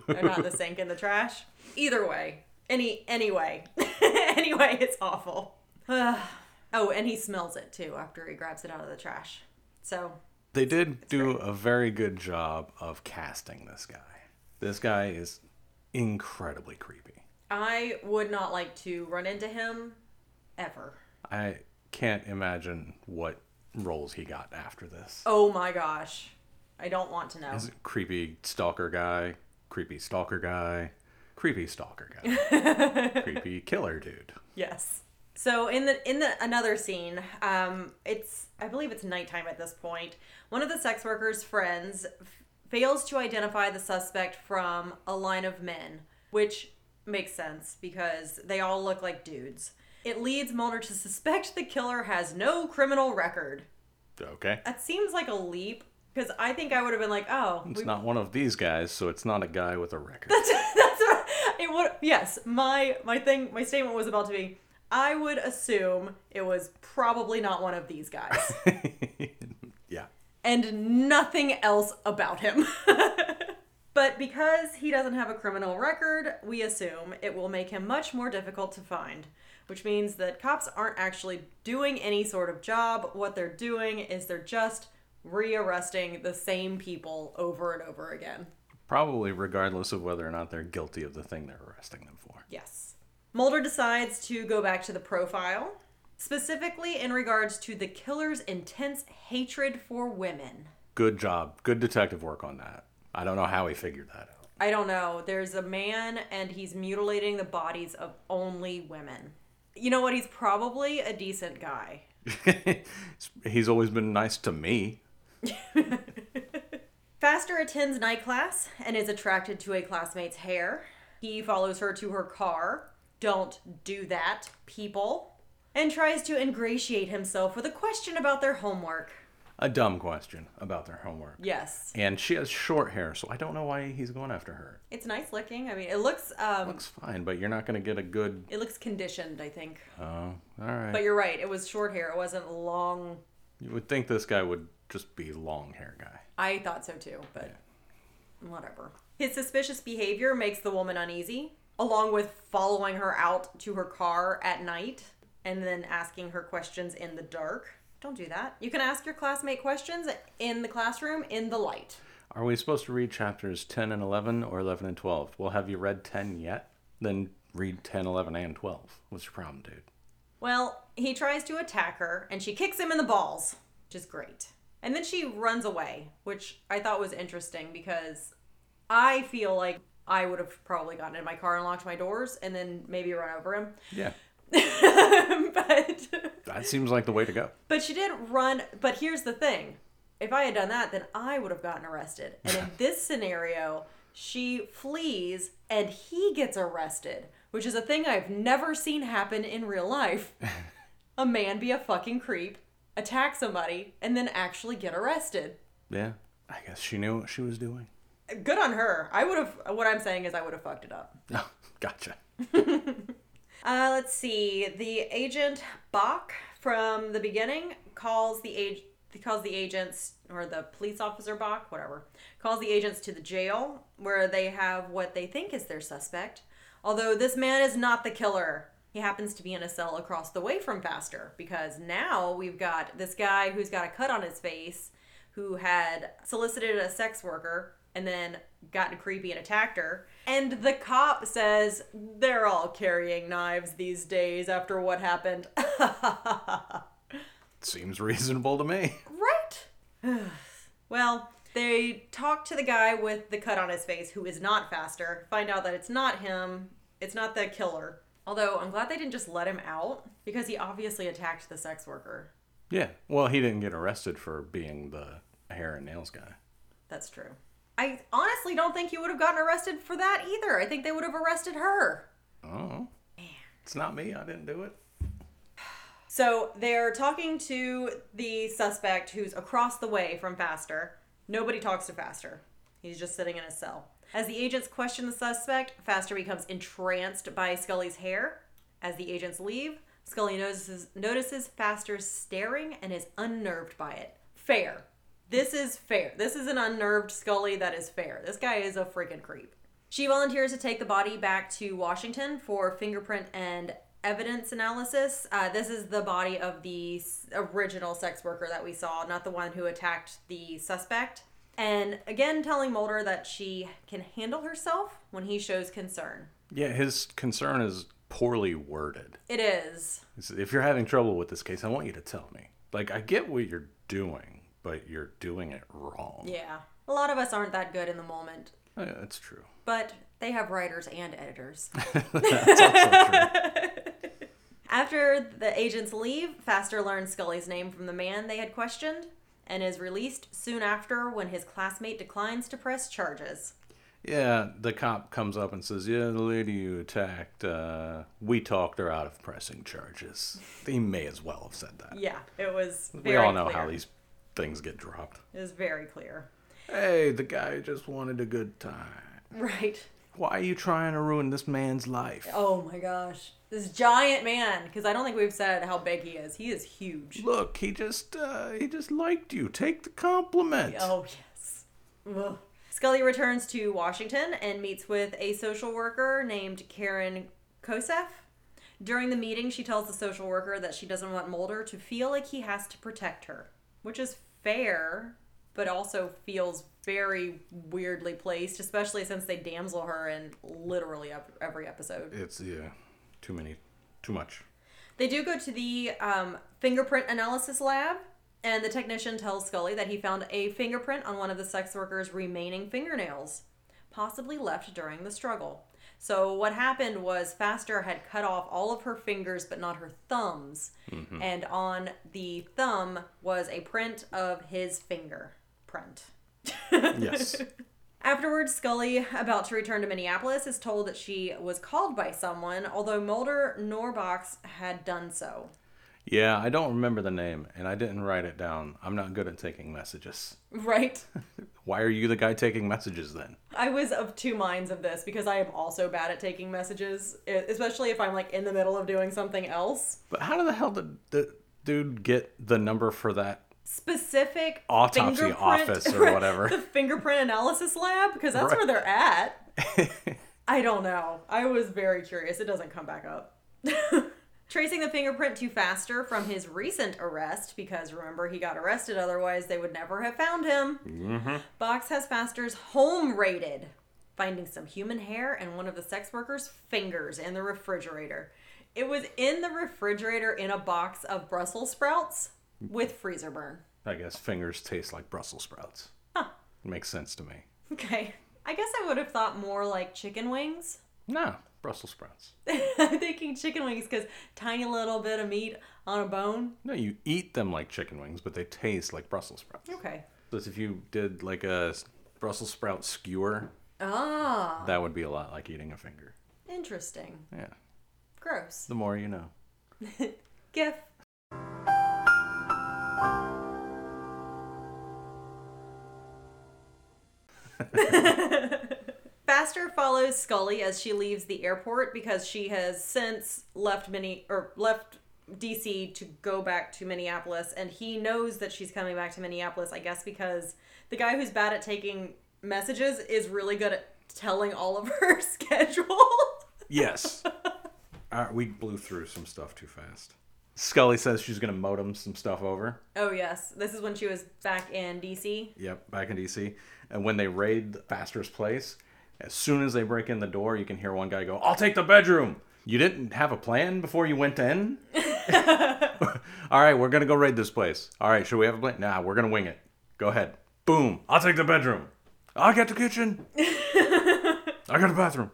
[SPEAKER 2] or not the sink, in the trash. Either way. Any anyway. <laughs> anyway, it's awful. <sighs> oh, and he smells it too after he grabs it out of the trash. So
[SPEAKER 1] <laughs> They did do a very good job of casting this guy. This guy is incredibly creepy.
[SPEAKER 2] I would not like to run into him ever.
[SPEAKER 1] I can't imagine what roles he got after this.
[SPEAKER 2] Oh my gosh. I don't want to know.
[SPEAKER 1] He's a creepy stalker guy, creepy stalker guy, creepy stalker guy, creepy killer dude.
[SPEAKER 2] Yes. So in the in the another scene, um, it's I believe it's nighttime at this point. One of the sex worker's friends f- fails to identify the suspect from a line of men, which makes sense because they all look like dudes. It leads Mulder to suspect the killer has no criminal record.
[SPEAKER 1] Okay.
[SPEAKER 2] That seems like a leap because I think I would have been like, oh, we,
[SPEAKER 1] It's not one of these guys, so it's not a guy with a record.
[SPEAKER 2] <laughs> That's what it would. Yes, my my thing, my statement was about to be. I would assume it was probably not one of these guys,
[SPEAKER 1] yeah.
[SPEAKER 2] and nothing else about him. <laughs> But because he doesn't have a criminal record, we assume it will make him much more difficult to find, which means that cops aren't actually doing any sort of job. What they're doing is they're just rearresting the same people over and over again.
[SPEAKER 1] Probably regardless of whether or not they're guilty of the thing they're arresting them for.
[SPEAKER 2] Yes. Mulder decides to go back to the profile, specifically in regards to the killer's intense hatred for women.
[SPEAKER 1] Good job. Good detective work on that. I don't know how he figured that out.
[SPEAKER 2] I don't know. There's a man and he's mutilating the bodies of only women. You know what? He's probably a decent guy.
[SPEAKER 1] <laughs> He's always been nice to me.
[SPEAKER 2] Faster attends night class and is attracted to a classmate's hair. He follows her to her car. Don't do that, people. And tries to ingratiate himself with a question about their homework.
[SPEAKER 1] A dumb question about their homework.
[SPEAKER 2] Yes.
[SPEAKER 1] And she has short hair, so I don't know why he's going after her.
[SPEAKER 2] It's nice looking. I mean, it looks um
[SPEAKER 1] Looks fine, but you're not going to get a good.
[SPEAKER 2] it looks conditioned, I think.
[SPEAKER 1] Oh, all right.
[SPEAKER 2] But you're right. It was short hair. It wasn't long.
[SPEAKER 1] you would think this guy would just be long hair guy.
[SPEAKER 2] I thought so too, but whatever. His suspicious behavior makes the woman uneasy, along with following her out to her car at night and then asking her questions in the dark. Don't do that. You can ask your classmate questions in the classroom in the light.
[SPEAKER 1] Are we supposed to read chapters 10 and 11 or 11 and 12? Well, have you read 10 yet? Then read 10, 11, and 12. What's your problem, dude?
[SPEAKER 2] Well, he tries to attack her and she kicks him in the balls, which is great. And then she runs away, which I thought was interesting because I feel like I would have probably gotten in my car and locked my doors and then maybe run over him. <laughs>
[SPEAKER 1] Yeah,
[SPEAKER 2] but
[SPEAKER 1] that seems like the way to go.
[SPEAKER 2] but she did run but here's the thing if i had done that then i would have gotten arrested and in this scenario she flees and he gets arrested which is a thing i've never seen happen in real life a man be a fucking creep attack somebody and then actually get arrested
[SPEAKER 1] Yeah, I guess she knew what she was doing. <laughs>
[SPEAKER 2] good on her i would have what i'm saying is i would have fucked it up
[SPEAKER 1] Oh, gotcha.
[SPEAKER 2] Uh, let's see. The agent Bach from the beginning calls the age calls the agents or the police officer Bach, whatever, calls the agents to the jail where they have what they think is their suspect. Although this man is not the killer. He happens to be in a cell across the way from Faster because now we've got this guy who's got a cut on his face who had solicited a sex worker and then gotten creepy and attacked her. And the cop says they're all carrying knives these days after what happened. <laughs>
[SPEAKER 1] Seems reasonable to me.
[SPEAKER 2] right? <sighs> well, they talk to the guy with the cut on his face who is not faster, find out that it's not him, it's not the killer. Although I'm glad they didn't just let him out because he obviously attacked the sex worker.
[SPEAKER 1] Yeah. Well, he didn't get arrested for being the hair and nails guy.
[SPEAKER 2] That's true. I honestly don't think he would have gotten arrested for that either. I think they would have arrested her.
[SPEAKER 1] Oh. It's not me. I didn't do it.
[SPEAKER 2] So they're talking to the suspect who's across the way from Faster. Nobody talks to Faster. He's just sitting in his cell. As the agents question the suspect, Faster becomes entranced by Scully's hair. As the agents leave, Scully notices, notices Faster's staring and is unnerved by it. Fair. This is fair. This is an unnerved Scully that is fair. This guy is a freaking creep. She volunteers to take the body back to Washington for fingerprint and evidence analysis. Uh, this is the body of the s- original sex worker that we saw, not the one who attacked the suspect. And again, telling Mulder that she can handle herself when he shows concern.
[SPEAKER 1] Yeah, his concern is poorly worded.
[SPEAKER 2] It is.
[SPEAKER 1] He said, If you're having trouble with this case, I want you to tell me. Like, I get what you're doing, but you're doing it wrong.
[SPEAKER 2] Yeah. A lot of us aren't that good in the moment,
[SPEAKER 1] Uh, that's true.
[SPEAKER 2] but they have writers and editors.
[SPEAKER 1] That's also true. <laughs>
[SPEAKER 2] After the agents leave, Faster learns Scully's name from the man they had questioned and is released soon after when his classmate declines to press charges.
[SPEAKER 1] Yeah, the cop comes up and says, "Yeah, the lady you attacked, uh, we talked her out of pressing charges." He may as well have said that.
[SPEAKER 2] Yeah, it was very
[SPEAKER 1] we all know
[SPEAKER 2] clear.
[SPEAKER 1] how these things get dropped.
[SPEAKER 2] It was very clear.
[SPEAKER 1] Hey, the guy just wanted a good time.
[SPEAKER 2] Right.
[SPEAKER 1] Why are you trying to ruin this man's life?
[SPEAKER 2] Oh my gosh. This giant man, because I don't think we've said how big he is. He is huge.
[SPEAKER 1] Look, he just uh, he just liked you. Take the compliment.
[SPEAKER 2] Oh, yes. Ugh. Scully returns to Washington and meets with a social worker named Karen Kosef. During the meeting, she tells the social worker that she doesn't want Mulder to feel like he has to protect her, which is fair, but also feels very weirdly placed, especially since they damsel her in literally ev- every episode.
[SPEAKER 1] It's yeah, too many, too <laughs> much.
[SPEAKER 2] They do go to the um, fingerprint analysis lab, and the technician tells Scully that he found a fingerprint on one of the sex worker's remaining fingernails, possibly left during the struggle. So, what happened was Faster had cut off all of her fingers but not her thumbs, and on the thumb was a print of his finger print.
[SPEAKER 1] Yes.
[SPEAKER 2] Afterwards, Scully, about to return to Minneapolis, is told that she was called by someone, although Mulder nor Box had done so.
[SPEAKER 1] yeah, I don't remember the name, and I didn't write it down. I'm not good at taking messages.
[SPEAKER 2] Right?
[SPEAKER 1] Why are you the guy taking messages then?
[SPEAKER 2] I was of two minds of this because I am also bad at taking messages, e- especially if I'm like in the middle of doing something else.
[SPEAKER 1] But how the hell did the dude get the number for that?
[SPEAKER 2] Specific
[SPEAKER 1] Autopsy
[SPEAKER 2] fingerprint-
[SPEAKER 1] office
[SPEAKER 2] <laughs>
[SPEAKER 1] or whatever.
[SPEAKER 2] the fingerprint analysis lab because that's where
[SPEAKER 1] Right.
[SPEAKER 2] they're
[SPEAKER 1] <laughs>
[SPEAKER 2] at. I don't know. I was very curious. It doesn't come back up. <laughs> Tracing the fingerprint to Faster from his recent arrest, because remember, he got arrested, otherwise, they would never have found him.
[SPEAKER 1] Mm-hmm.
[SPEAKER 2] Box has Faster's home raided, finding some human hair and one of the sex workers' fingers in the refrigerator. It was in the refrigerator in a box of Brussels sprouts with freezer burn.
[SPEAKER 1] I guess fingers taste like Brussels sprouts. Makes sense to me.
[SPEAKER 2] Okay. I guess I would have thought more like chicken wings. <laughs>
[SPEAKER 1] No, Brussels sprouts.
[SPEAKER 2] I'm thinking chicken wings because tiny little bit of meat on a bone.
[SPEAKER 1] No, you eat them like chicken wings, but they taste like Brussels sprouts.
[SPEAKER 2] Okay.
[SPEAKER 1] So if you did like a s- Brussels sprout skewer,
[SPEAKER 2] Ah,
[SPEAKER 1] that would be a lot like eating a finger.
[SPEAKER 2] interesting.
[SPEAKER 1] Yeah,
[SPEAKER 2] Gross.
[SPEAKER 1] the more you know.
[SPEAKER 2] GIF. Faster follows Scully as she leaves the airport because she has since left mini or left DC to go back to Minneapolis and he knows that she's coming back to Minneapolis I guess because the guy who's bad at taking messages is really good at telling all of her <laughs> schedule.
[SPEAKER 1] <laughs> Yes. All right, we blew through some stuff too fast. Scully says she's gonna modem some stuff over.
[SPEAKER 2] Oh yes, this is when she was back in DC.
[SPEAKER 1] Yep, back in DC. And when they raid Faster's place, as soon as they break in the door, you can hear one guy go, "I'll take the bedroom." You didn't have a plan before you went <laughs> in. All right, we're gonna go raid this place. All right, should we have a plan? Nah, we're gonna wing it. Go ahead. Boom. I'll take the bedroom. I'll get the <laughs> kitchen. I got a bathroom.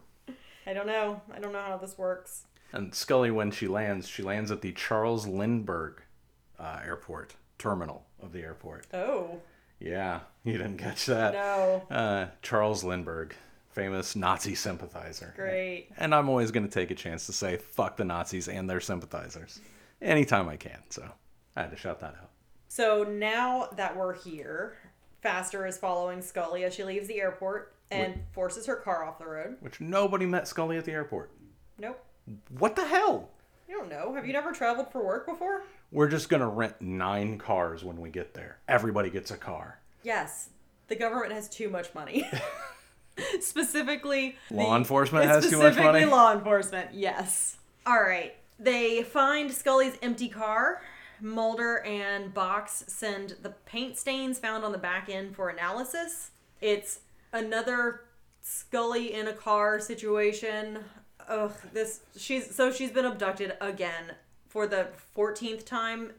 [SPEAKER 2] I don't know. I don't know how this works.
[SPEAKER 1] And Scully, when she lands, she lands at the Charles Lindbergh uh, airport terminal of the airport.
[SPEAKER 2] Oh
[SPEAKER 1] Yeah, you didn't catch that.
[SPEAKER 2] no!
[SPEAKER 1] Uh, Charles Lindbergh, famous Nazi sympathizer.
[SPEAKER 2] Great.
[SPEAKER 1] And I'm always going to take a chance to say fuck the Nazis and their sympathizers anytime I can. So I had to shout that out.
[SPEAKER 2] So now that we're here, Faster is following Scully as she leaves the airport and forces her car off the road.
[SPEAKER 1] Which nobody met Scully at the airport.
[SPEAKER 2] Nope.
[SPEAKER 1] What the hell?
[SPEAKER 2] I don't know. Have you never traveled for work before?
[SPEAKER 1] We're just going to rent nine cars when we get there. Everybody gets a car.
[SPEAKER 2] Yes. The government has too much money. <laughs> specifically,
[SPEAKER 1] Law
[SPEAKER 2] the-
[SPEAKER 1] enforcement has too much
[SPEAKER 2] specifically
[SPEAKER 1] money?
[SPEAKER 2] Law enforcement, yes. All right. They find Scully's empty car. Mulder and Box send the paint stains found on the back end for analysis. It's another Scully in a car situation. Ugh, this she's so she's been abducted again for the 14th time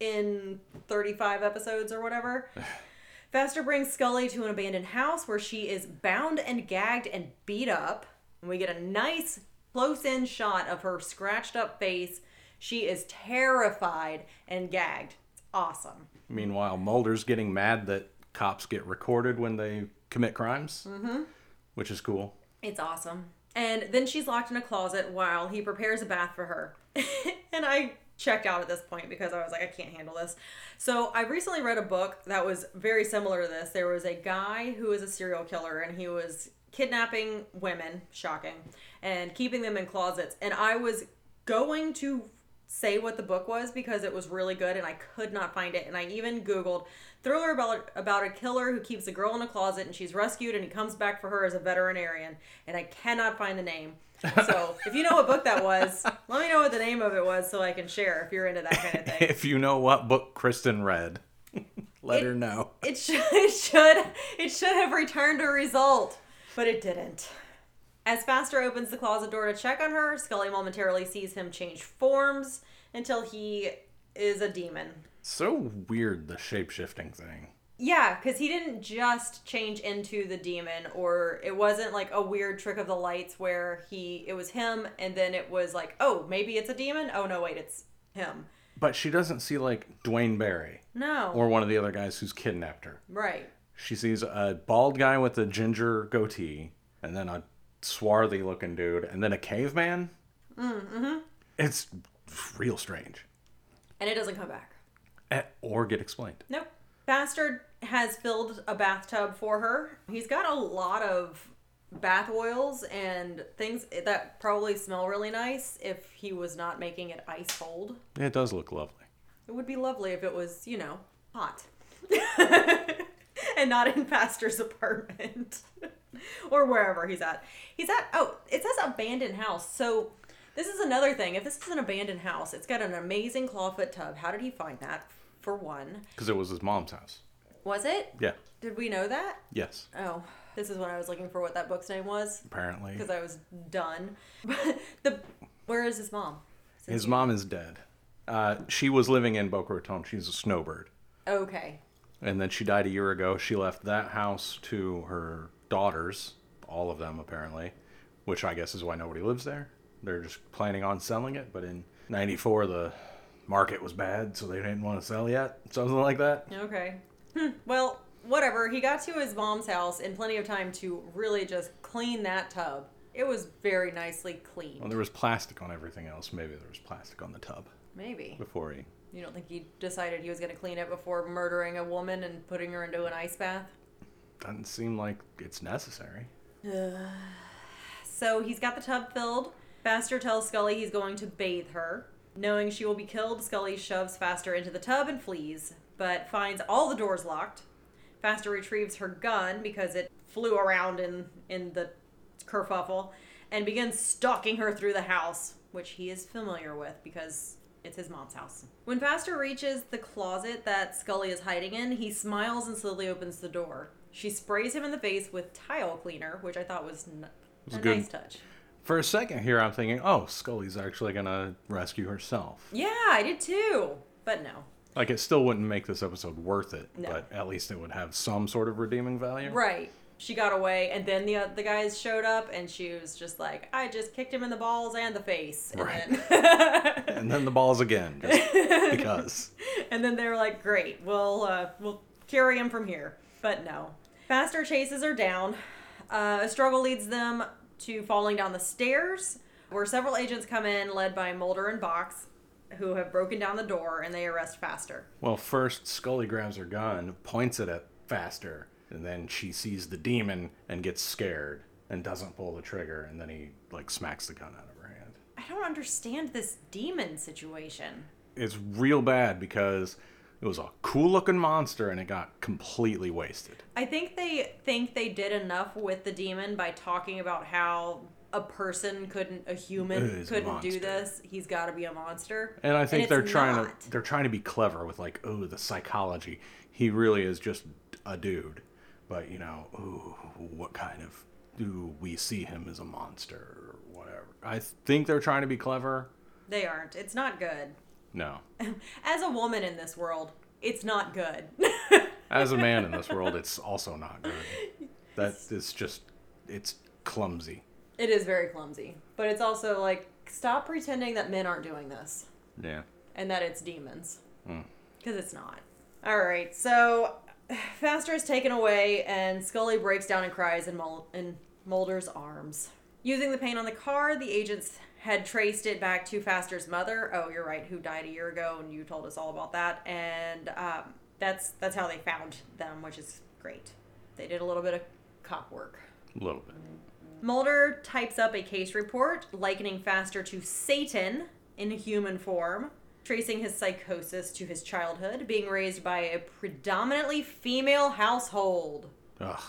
[SPEAKER 2] in 35 episodes or whatever. Faster brings Scully to an abandoned house where she is bound and gagged and beat up. And we get a nice close in shot of her scratched up face. She is terrified and gagged. It's awesome.
[SPEAKER 1] Meanwhile, Mulder's getting mad that cops get recorded when they commit crimes, mm-hmm. which is cool. <laughs>
[SPEAKER 2] It's awesome. And then she's locked in a closet while he prepares a bath for her. <laughs> and I checked out at this point because I was like, I can't handle this. So I recently read a book that was very similar to this. There was a guy who was a serial killer and he was kidnapping women, shocking, and keeping them in closets. And I was going to say what the book was because it was really good and I could not find it. And I even Googled thriller about, about a killer who keeps a girl in a closet and she's rescued and he comes back for her as a veterinarian. And I cannot find the name. So if you know what book that was, let me know what the name of it was so I can share if you're into that kind of
[SPEAKER 1] <laughs>
[SPEAKER 2] thing.
[SPEAKER 1] If you know what book Kristen read, <laughs> let
[SPEAKER 2] It-
[SPEAKER 1] her know.
[SPEAKER 2] It should, it should it should have returned a result, but it didn't. As Faster opens the closet door to check on her, Scully momentarily sees him change forms until he is a demon.
[SPEAKER 1] So weird the shape shifting thing.
[SPEAKER 2] Yeah, because he didn't just change into the demon, or it wasn't like a weird trick of the lights where he it was him, and then it was like, oh, maybe it's a demon. Oh no, wait, it's him.
[SPEAKER 1] But she doesn't see like Dwayne Barry
[SPEAKER 2] No,
[SPEAKER 1] or one of the other guys who's kidnapped her.
[SPEAKER 2] right.
[SPEAKER 1] She sees a bald guy with a ginger goatee, and then a swarthy looking dude, and then a caveman. Mm-hmm. It's real strange.
[SPEAKER 2] And it doesn't come back.
[SPEAKER 1] Eh, Or get explained.
[SPEAKER 2] Nope. Bastard has filled a bathtub for her. He's got a lot of bath oils and things that probably smell really nice if he was not making it ice cold.
[SPEAKER 1] It does look lovely.
[SPEAKER 2] It would be lovely if it was, you know, hot. <laughs> and not in Pastor's apartment <laughs> or wherever he's at. He's at, oh, it says abandoned house. So this is another thing. If this is an abandoned house, it's got an amazing clawfoot tub. How did he find that? For one,
[SPEAKER 1] Because it was his mom's house.
[SPEAKER 2] was it?
[SPEAKER 1] Yeah.
[SPEAKER 2] Did we know that?
[SPEAKER 1] Yes.
[SPEAKER 2] Oh, this is when I was looking for what that book's name was
[SPEAKER 1] Apparently.
[SPEAKER 2] because I was done. <laughs> the where is his mom?
[SPEAKER 1] His mom is dead. Uh, she was living in Boca Raton. She's a snowbird.
[SPEAKER 2] Okay,
[SPEAKER 1] And then she died a year ago. She left that house to her daughters, all of them apparently, which I guess is why nobody lives there. They're just planning on selling it, but in 94, the market was bad, so they didn't want to sell yet. Something like that.
[SPEAKER 2] okay. Hmm. Well, whatever. He got to his mom's house in plenty of time to really just clean that tub. It was very nicely
[SPEAKER 1] Well,
[SPEAKER 2] cleaned.
[SPEAKER 1] there was plastic on everything else. Maybe there was plastic on the tub
[SPEAKER 2] Maybe
[SPEAKER 1] before he.
[SPEAKER 2] you don't think he decided he was going to clean it before murdering a woman and putting her into an ice bath.
[SPEAKER 1] Doesn't seem like it's necessary.
[SPEAKER 2] So he's got the tub filled. Faster tells Scully he's going to bathe her. Knowing she will be killed, Scully shoves Faster into the tub and flees, but finds all the doors locked. Faster retrieves her gun because it flew around in, in the kerfuffle and begins stalking her through the house, which he is familiar with because it's his mom's house. When Faster reaches the closet that Scully is hiding in, he smiles and slowly opens the door. She sprays him in the face with tile cleaner, which I thought was n-
[SPEAKER 1] was
[SPEAKER 2] a
[SPEAKER 1] good.
[SPEAKER 2] nice touch.
[SPEAKER 1] For a second here, I'm thinking, oh, Scully's actually going to rescue herself.
[SPEAKER 2] Yeah, I did too. But no.
[SPEAKER 1] Like, it still wouldn't make this episode worth it,
[SPEAKER 2] No.
[SPEAKER 1] but at least it would have some sort of redeeming value.
[SPEAKER 2] Right. She got away, and then the uh, the guys showed up, and she was just like, "I just kicked him in the balls and the face." And
[SPEAKER 1] Right.
[SPEAKER 2] Then,
[SPEAKER 1] And then the balls again,
[SPEAKER 2] <laughs>
[SPEAKER 1] just because.
[SPEAKER 2] and then they were like, "Great, we'll uh, we'll carry him from here." But no. Faster chases her down. Uh, a struggle leads them to falling down the stairs, where several agents come in, led by Mulder and Box, who have broken down the door, and they arrest Faster.
[SPEAKER 1] Well, first, Scully grabs her gun, points it at Faster, and then she sees the demon and gets scared and doesn't pull the trigger, and then he, like, smacks the gun out of her hand.
[SPEAKER 2] I don't understand this demon situation.
[SPEAKER 1] It's real bad because it was a cool looking monster and it got completely wasted.
[SPEAKER 2] I think they think they did enough with the demon by talking about how a person couldn't, a human
[SPEAKER 1] Is a
[SPEAKER 2] couldn't do
[SPEAKER 1] monster.
[SPEAKER 2] this. He's got to be a monster.
[SPEAKER 1] And I think
[SPEAKER 2] it's
[SPEAKER 1] they're trying
[SPEAKER 2] not.
[SPEAKER 1] to they're trying to be clever with like, oh, the psychology. He really is just a dude, but you know, ooh, what kind of do we see him as a monster or whatever? I think they're trying to be clever.
[SPEAKER 2] They aren't. It's not good.
[SPEAKER 1] No,
[SPEAKER 2] As a woman in this world, it's not good. <laughs>
[SPEAKER 1] as a man in this world, it's also not good. That is just it's clumsy.
[SPEAKER 2] it is very clumsy, but it's also like stop pretending that men aren't doing this.
[SPEAKER 1] Yeah.
[SPEAKER 2] and that it's demons. Because it's not. All right, so <sighs> Faster is taken away, and Scully breaks down and cries in, Mul- in Mulder's arms. Using the paint on the car, the agents had traced it back to Faster's mother. Oh, you're right, who died a year ago, and you told us all about that. And um, that's that's how they found them, which is great. They did a little bit of cop work.
[SPEAKER 1] A little bit.
[SPEAKER 2] Mulder types up a case report likening Faster to Satan in human form, tracing his psychosis to his childhood, being raised by a predominantly female household.
[SPEAKER 1] Ugh.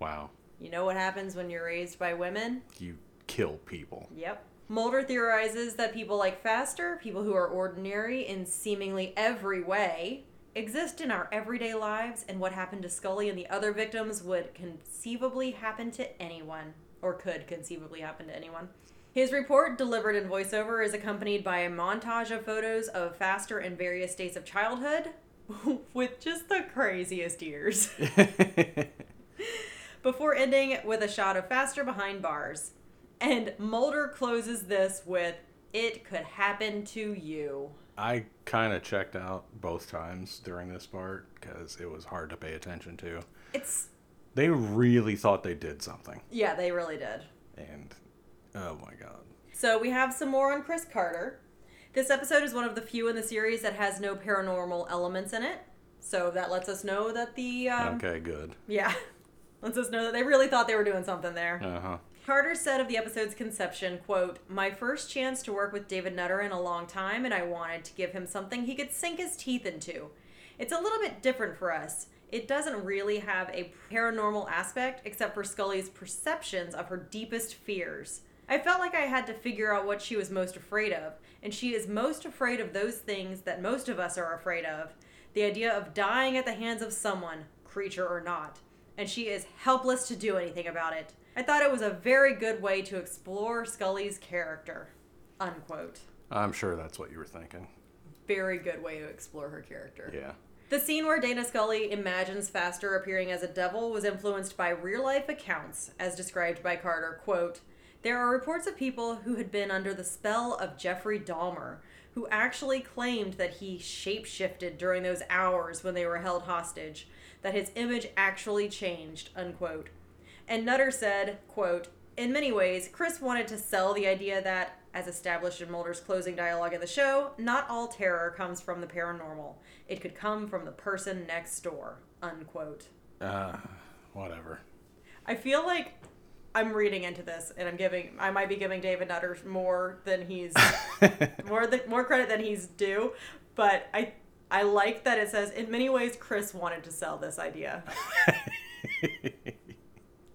[SPEAKER 1] Wow.
[SPEAKER 2] You know what happens when you're raised by women?
[SPEAKER 1] You kill people.
[SPEAKER 2] Yep. Mulder theorizes that people like Faster, people who are ordinary in seemingly every way, exist in our everyday lives, and what happened to Scully and the other victims would conceivably happen to anyone, or could conceivably happen to anyone. His report, delivered in voiceover, is accompanied by a montage of photos of Faster in various states of childhood <laughs> with just the craziest ears. <laughs> Before ending with a shot of Faster behind bars. And Mulder closes this with, It could happen to you.
[SPEAKER 1] I kind of checked out both times during this part because it was hard to pay attention to.
[SPEAKER 2] It's,
[SPEAKER 1] They really thought they did something.
[SPEAKER 2] yeah, they really did.
[SPEAKER 1] And oh my God.
[SPEAKER 2] So we have some more on Chris Carter. This episode is one of the few in the series that has no paranormal elements in it. So that lets us know that the, um,
[SPEAKER 1] okay, good.
[SPEAKER 2] yeah, <laughs> lets us know that they really thought they were doing something there.
[SPEAKER 1] Uh huh.
[SPEAKER 2] Carter said of the episode's conception, quote, My first chance to work with David Nutter in a long time, and I wanted to give him something he could sink his teeth into. It's a little bit different for us. It doesn't really have a paranormal aspect, except for Scully's perceptions of her deepest fears. I felt like I had to figure out what she was most afraid of, and she is most afraid of those things that most of us are afraid of the idea of dying at the hands of someone, creature or not and she is helpless to do anything about it. I thought it was a very good way to explore Scully's character. Unquote.
[SPEAKER 1] I'm sure that's what you were thinking.
[SPEAKER 2] Very good way to explore her character.
[SPEAKER 1] Yeah.
[SPEAKER 2] The scene where Dana Scully imagines Faster appearing as a devil was influenced by real life accounts, as described by Carter. Quote There are reports of people who had been under the spell of Jeffrey Dahmer, who actually claimed that he shapeshifted during those hours when they were held hostage, that his image actually changed, unquote. And Nutter said, quote, in many ways, Chris wanted to sell the idea that, as established in Mulder's closing dialogue of the show, not all terror comes from the paranormal. It could come from the person next door. Unquote.
[SPEAKER 1] Uh, whatever. <laughs>
[SPEAKER 2] I feel like I'm reading into this and I'm giving I might be giving David Nutter more than he's more than more credit than he's due, but I I like that it says in many ways Chris wanted to sell this idea.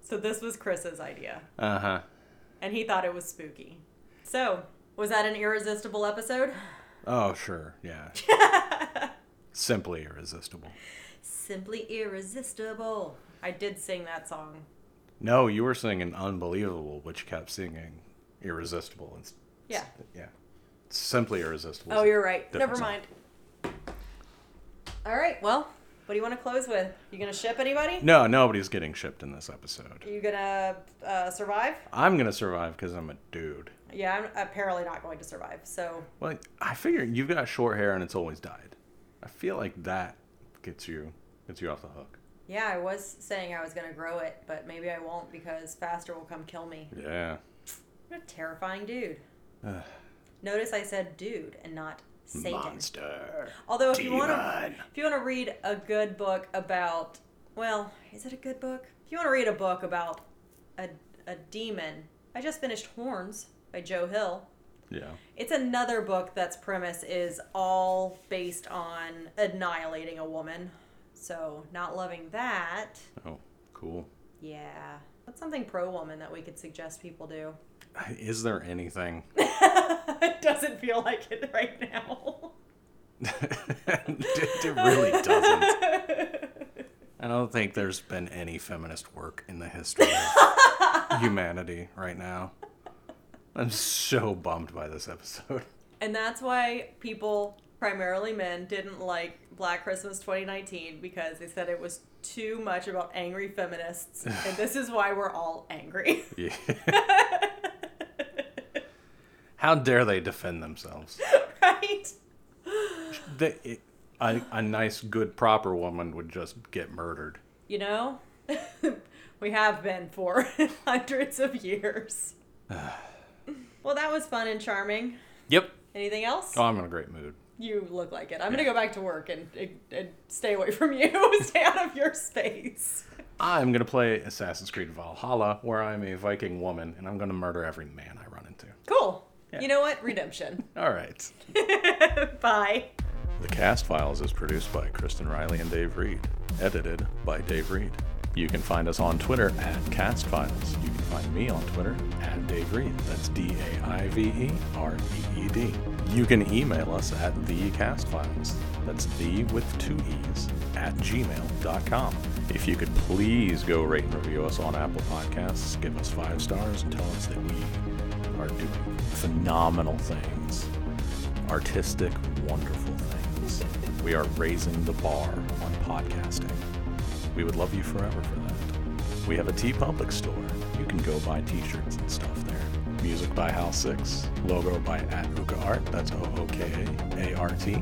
[SPEAKER 2] so this was Chris's idea.
[SPEAKER 1] Uh huh.
[SPEAKER 2] and he thought it was spooky. So, was that an irresistible episode?
[SPEAKER 1] Oh, sure.
[SPEAKER 2] <laughs>
[SPEAKER 1] Yeah. Simply irresistible.
[SPEAKER 2] Simply irresistible. I did sing that song.
[SPEAKER 1] No, you were singing Unbelievable, which kept singing Irresistible. It's,
[SPEAKER 2] Yeah.
[SPEAKER 1] yeah. Simply Irresistible.
[SPEAKER 2] Oh, you're right. Never
[SPEAKER 1] Different
[SPEAKER 2] mind. All right. Well, what do you want to close with? You gonna ship anybody?
[SPEAKER 1] No, nobody's getting shipped in this episode.
[SPEAKER 2] You gonna uh, survive?
[SPEAKER 1] I'm going to survive because I'm a dude.
[SPEAKER 2] Yeah, I'm apparently not going to survive. So,
[SPEAKER 1] Well, I figure you've got short hair and it's always dyed. I feel like that gets you gets you off the hook.
[SPEAKER 2] yeah, I was saying I was gonna grow it, but maybe I won't because Faster will come kill me.
[SPEAKER 1] Yeah.
[SPEAKER 2] What a terrifying dude. Notice I said dude and not Satan.
[SPEAKER 1] Monster.
[SPEAKER 2] Although if you want to,
[SPEAKER 1] Demon.
[SPEAKER 2] if you want to read a good book about, well, is it a good book? If you want to read a book about a, a demon, I just finished Horns by Joe Hill.
[SPEAKER 1] Yeah.
[SPEAKER 2] It's another book that's premise is all based on annihilating a woman. So not loving that,
[SPEAKER 1] Oh, cool.
[SPEAKER 2] yeah. That's something pro woman that we could suggest people do.
[SPEAKER 1] <sighs>
[SPEAKER 2] <laughs>
[SPEAKER 1] Is there anything? <laughs>
[SPEAKER 2] it doesn't feel like it right now. <laughs>
[SPEAKER 1] it it really doesn't. I don't think there's been any feminist work in the history of humanity right now. I'm so bummed by this episode.
[SPEAKER 2] And that's why people, primarily men, didn't like Black Christmas 2019 because they said it was too much about angry feminists. and this is why we're all angry. <laughs>
[SPEAKER 1] Yeah. How dare they defend themselves?
[SPEAKER 2] right?
[SPEAKER 1] They, it, a, a nice, good, proper woman would just get murdered.
[SPEAKER 2] You know, <laughs> we have been for <laughs> hundreds of years. well, that was fun and charming.
[SPEAKER 1] Yep.
[SPEAKER 2] Anything else?
[SPEAKER 1] Oh, I'm in a great mood.
[SPEAKER 2] You look like it. I'm going to go back to work and, and, and stay away from you, <laughs> stay out of your space.
[SPEAKER 1] I'm going to play Assassin's Creed Valhalla, where I'm a Viking woman and I'm going to murder every man I run into.
[SPEAKER 2] Cool. You know what? Redemption.
[SPEAKER 1] All right.
[SPEAKER 2] Bye.
[SPEAKER 1] The Cast Files is produced by Kristen Riley and Dave Reed, edited by Dave Reed. You can find us on Twitter at Cast Files. You can find me on Twitter at Dave Reed. That's D A I V E R E E D. You can email us at thecastfiles. That's the with two e's at gmail.com. If you could please go rate and review us on Apple Podcasts, give us five stars, and tell us that we are doing phenomenal things artistic, wonderful things. We are raising the bar on podcasting. We would love you forever for that. We have a T Public store. You can go buy t shirts and stuff there. Music by Hal Six, logo by at Uka Art, that's O O K A A R T.